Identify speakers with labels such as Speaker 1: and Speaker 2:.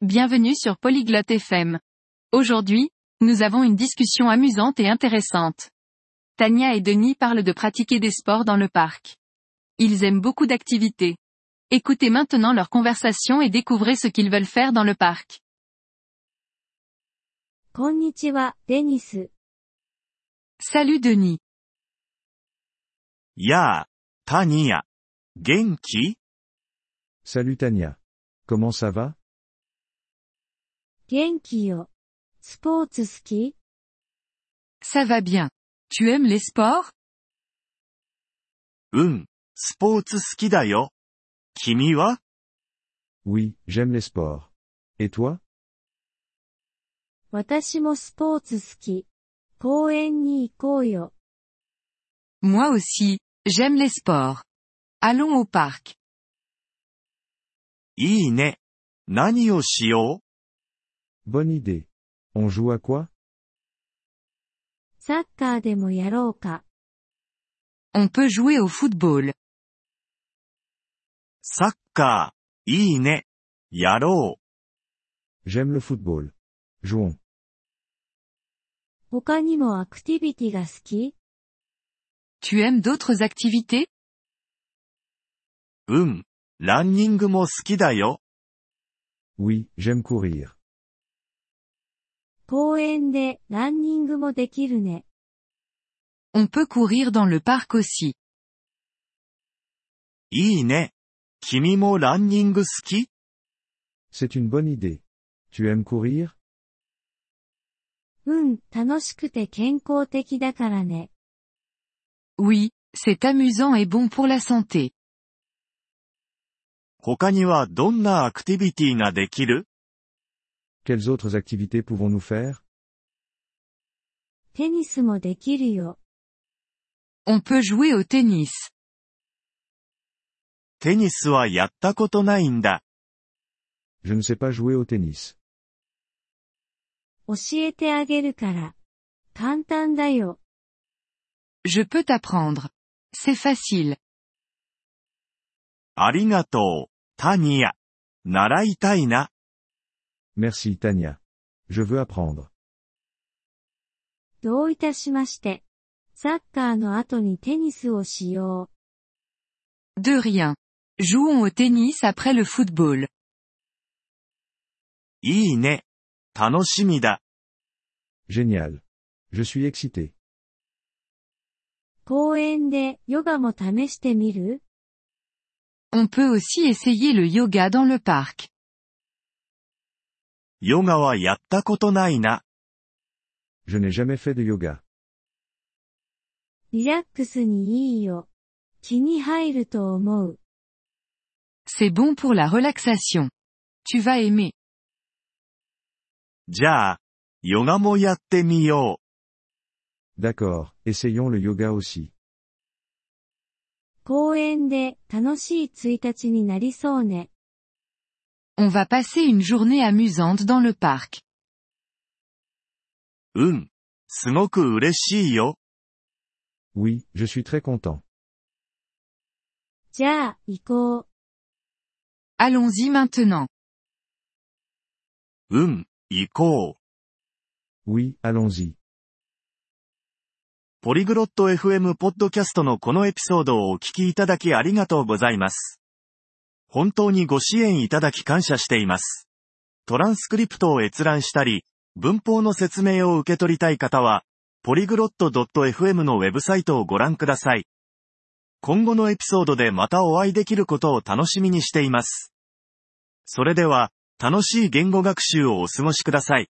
Speaker 1: Bienvenue sur Polyglotte FM. Aujourd'hui, nous avons une discussion amusante et intéressante. Tania et Denis parlent de pratiquer des sports dans le parc. Ils aiment beaucoup d'activités. Écoutez maintenant leur conversation et découvrez ce qu'ils veulent faire dans le parc.
Speaker 2: こんにちは、デニス。
Speaker 1: Salut Denis.
Speaker 3: やあ、タニア。元気
Speaker 4: Salut Tania. Comment ça va
Speaker 2: 元気よ。スポーツ好き
Speaker 1: Ça va bien. Tu aimes les sports
Speaker 3: うん。スポーツ好きだよ。君は
Speaker 4: Oui, j'aime les sports. Et toi
Speaker 2: 私もスポーツ好き。公園に行こうよ。
Speaker 1: Moi aussi, j'aime les sports. Allons au parc.
Speaker 3: いいね。何をしよ
Speaker 4: Bonne idée. On joue à quoi
Speaker 2: サッカーでもやろうか。
Speaker 1: On peut jouer au football.
Speaker 3: うサッカー。いいね。やろ
Speaker 4: J'aime le football. Jouons.
Speaker 2: 他にもアクティビティが好き
Speaker 1: Tu aimes d'autres activités
Speaker 3: う。うん。ランニングも好きだよ。
Speaker 4: Oui, j'aime courir.
Speaker 2: 公園でランニングもできるね。
Speaker 1: On peut courir dans le parc aussi.
Speaker 3: いいね。君もランニング好き
Speaker 4: C'est une bonne idée. Tu aimes courir
Speaker 2: うん、楽しくて健康的だからね。
Speaker 1: Oui, c'est amusant et bon pour la santé.
Speaker 3: 他にはどんなアクティビティができる
Speaker 4: Quelles autres activités pouvons-nous faire
Speaker 2: テニスもできるよ。
Speaker 1: On peut jouer au tennis.
Speaker 3: テニスはやったことないんだ。
Speaker 4: Je ne sais pas jouer au tennis.
Speaker 2: 教えてあげるから。簡単だよ。
Speaker 1: Je peux t'apprendre. C'est facile.
Speaker 3: ありがとう。タニア。習いたいな。
Speaker 4: Merci Tania. Je veux apprendre.
Speaker 2: どういたしまして。サッカーの後にテニスをしよう。
Speaker 1: De rien. Jouons au tennis après le football.
Speaker 3: いいね。楽しみだ。
Speaker 4: Génial. Je suis excité.
Speaker 2: 公園でヨガも試してみる
Speaker 1: On peut aussi essayer le yoga dans le parc.
Speaker 3: ヨガはやったことないな。
Speaker 4: Je n'ai jamais fait de yoga.
Speaker 2: リラックスにいいよ。気に入ると思う。
Speaker 1: C'est bon pour la relaxation. Tu vas aimer.
Speaker 3: じゃあ、ヨガもやってみよ
Speaker 4: D'accord, essayons le yoga aussi.
Speaker 2: 公園で楽しい1日になりそうね。
Speaker 1: On va passer une journée amusante dans le parc.
Speaker 3: う。うん。すごく嬉しいよ。
Speaker 4: Oui, je suis très content.
Speaker 2: じゃあ、行こう。
Speaker 1: Allons-y maintenant.
Speaker 3: うん。行こう。
Speaker 4: Oui, allons-y.
Speaker 3: ポリグロット FM ポッドキャストのこのエピソードをお聞きいただきありがとうございます。本当にご支援いただき感謝しています。トランスクリプトを閲覧したり、文法の説明を受け取りたい方は、ポリグロット .fm のウェブサイトをご覧ください。今後のエピソードでまたお会いできることを楽しみにしています。それでは、楽しい言語学習をお過ごしください。